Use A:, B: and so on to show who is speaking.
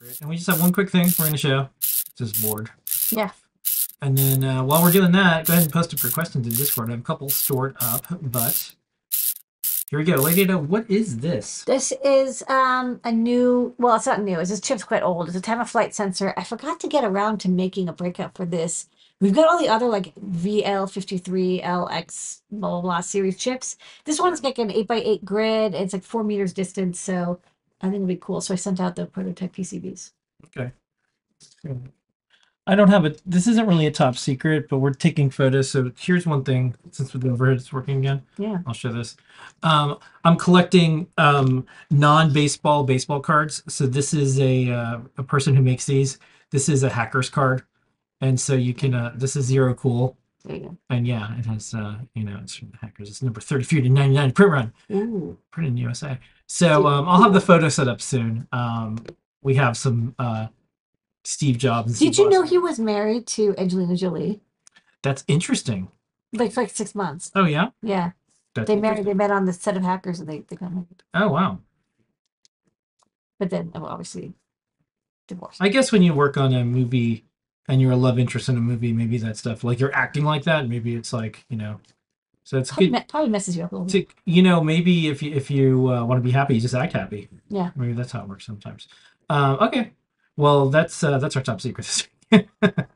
A: Great. And we just have one quick thing we're going to show. This is board.
B: Yeah.
A: And then uh, while we're doing that, go ahead and post up your questions in Discord. I have a couple stored up, but here we go. Lady Ada, what is this?
B: This is um a new well, it's not new, it's just chip's quite old. It's a time of flight sensor. I forgot to get around to making a breakout for this. We've got all the other like VL53, LX, blah blah blah series chips. This one's like an eight by eight grid. It's like four meters distance, so I think it'll be cool. So I sent out the prototype PCBs.
A: I don't have a. This isn't really a top secret, but we're taking photos. So here's one thing since the overhead is working again.
B: Yeah.
A: I'll show this. Um, I'm collecting um, non-baseball baseball cards. So this is a uh, a person who makes these. This is a hacker's card, and so you can. Uh, this is zero cool,
B: There you
A: and yeah, it has. Uh, you know, it's from the hackers. It's number thirty-three to ninety-nine. Print run,
B: go. Ooh.
A: print in USA. So um, I'll have the photo set up soon. Um, we have some uh, Steve Jobs. and
B: Did
A: Steve
B: you know
A: Wozniak.
B: he was married to Angelina Jolie?
A: That's interesting.
B: Like for like six months.
A: Oh yeah.
B: Yeah.
A: That's
B: They married
A: interesting.
B: they met on the set of hackers and they, they got married.
A: Oh wow.
B: But then well, obviously divorced.
A: I guess when you work on a movie and you're a love interest in a movie, maybe that stuff like you're acting like that. Maybe it's like you know. So it's
B: Probably,
A: good.
B: me- probably messes you up a little bit.
A: To, you know, maybe if you if you uh, want to be happy, you just act happy.
B: Yeah.
A: uh, Maybe that's how it works sometimes. Um, okay. Well, that's uh, that's our top secret. this week.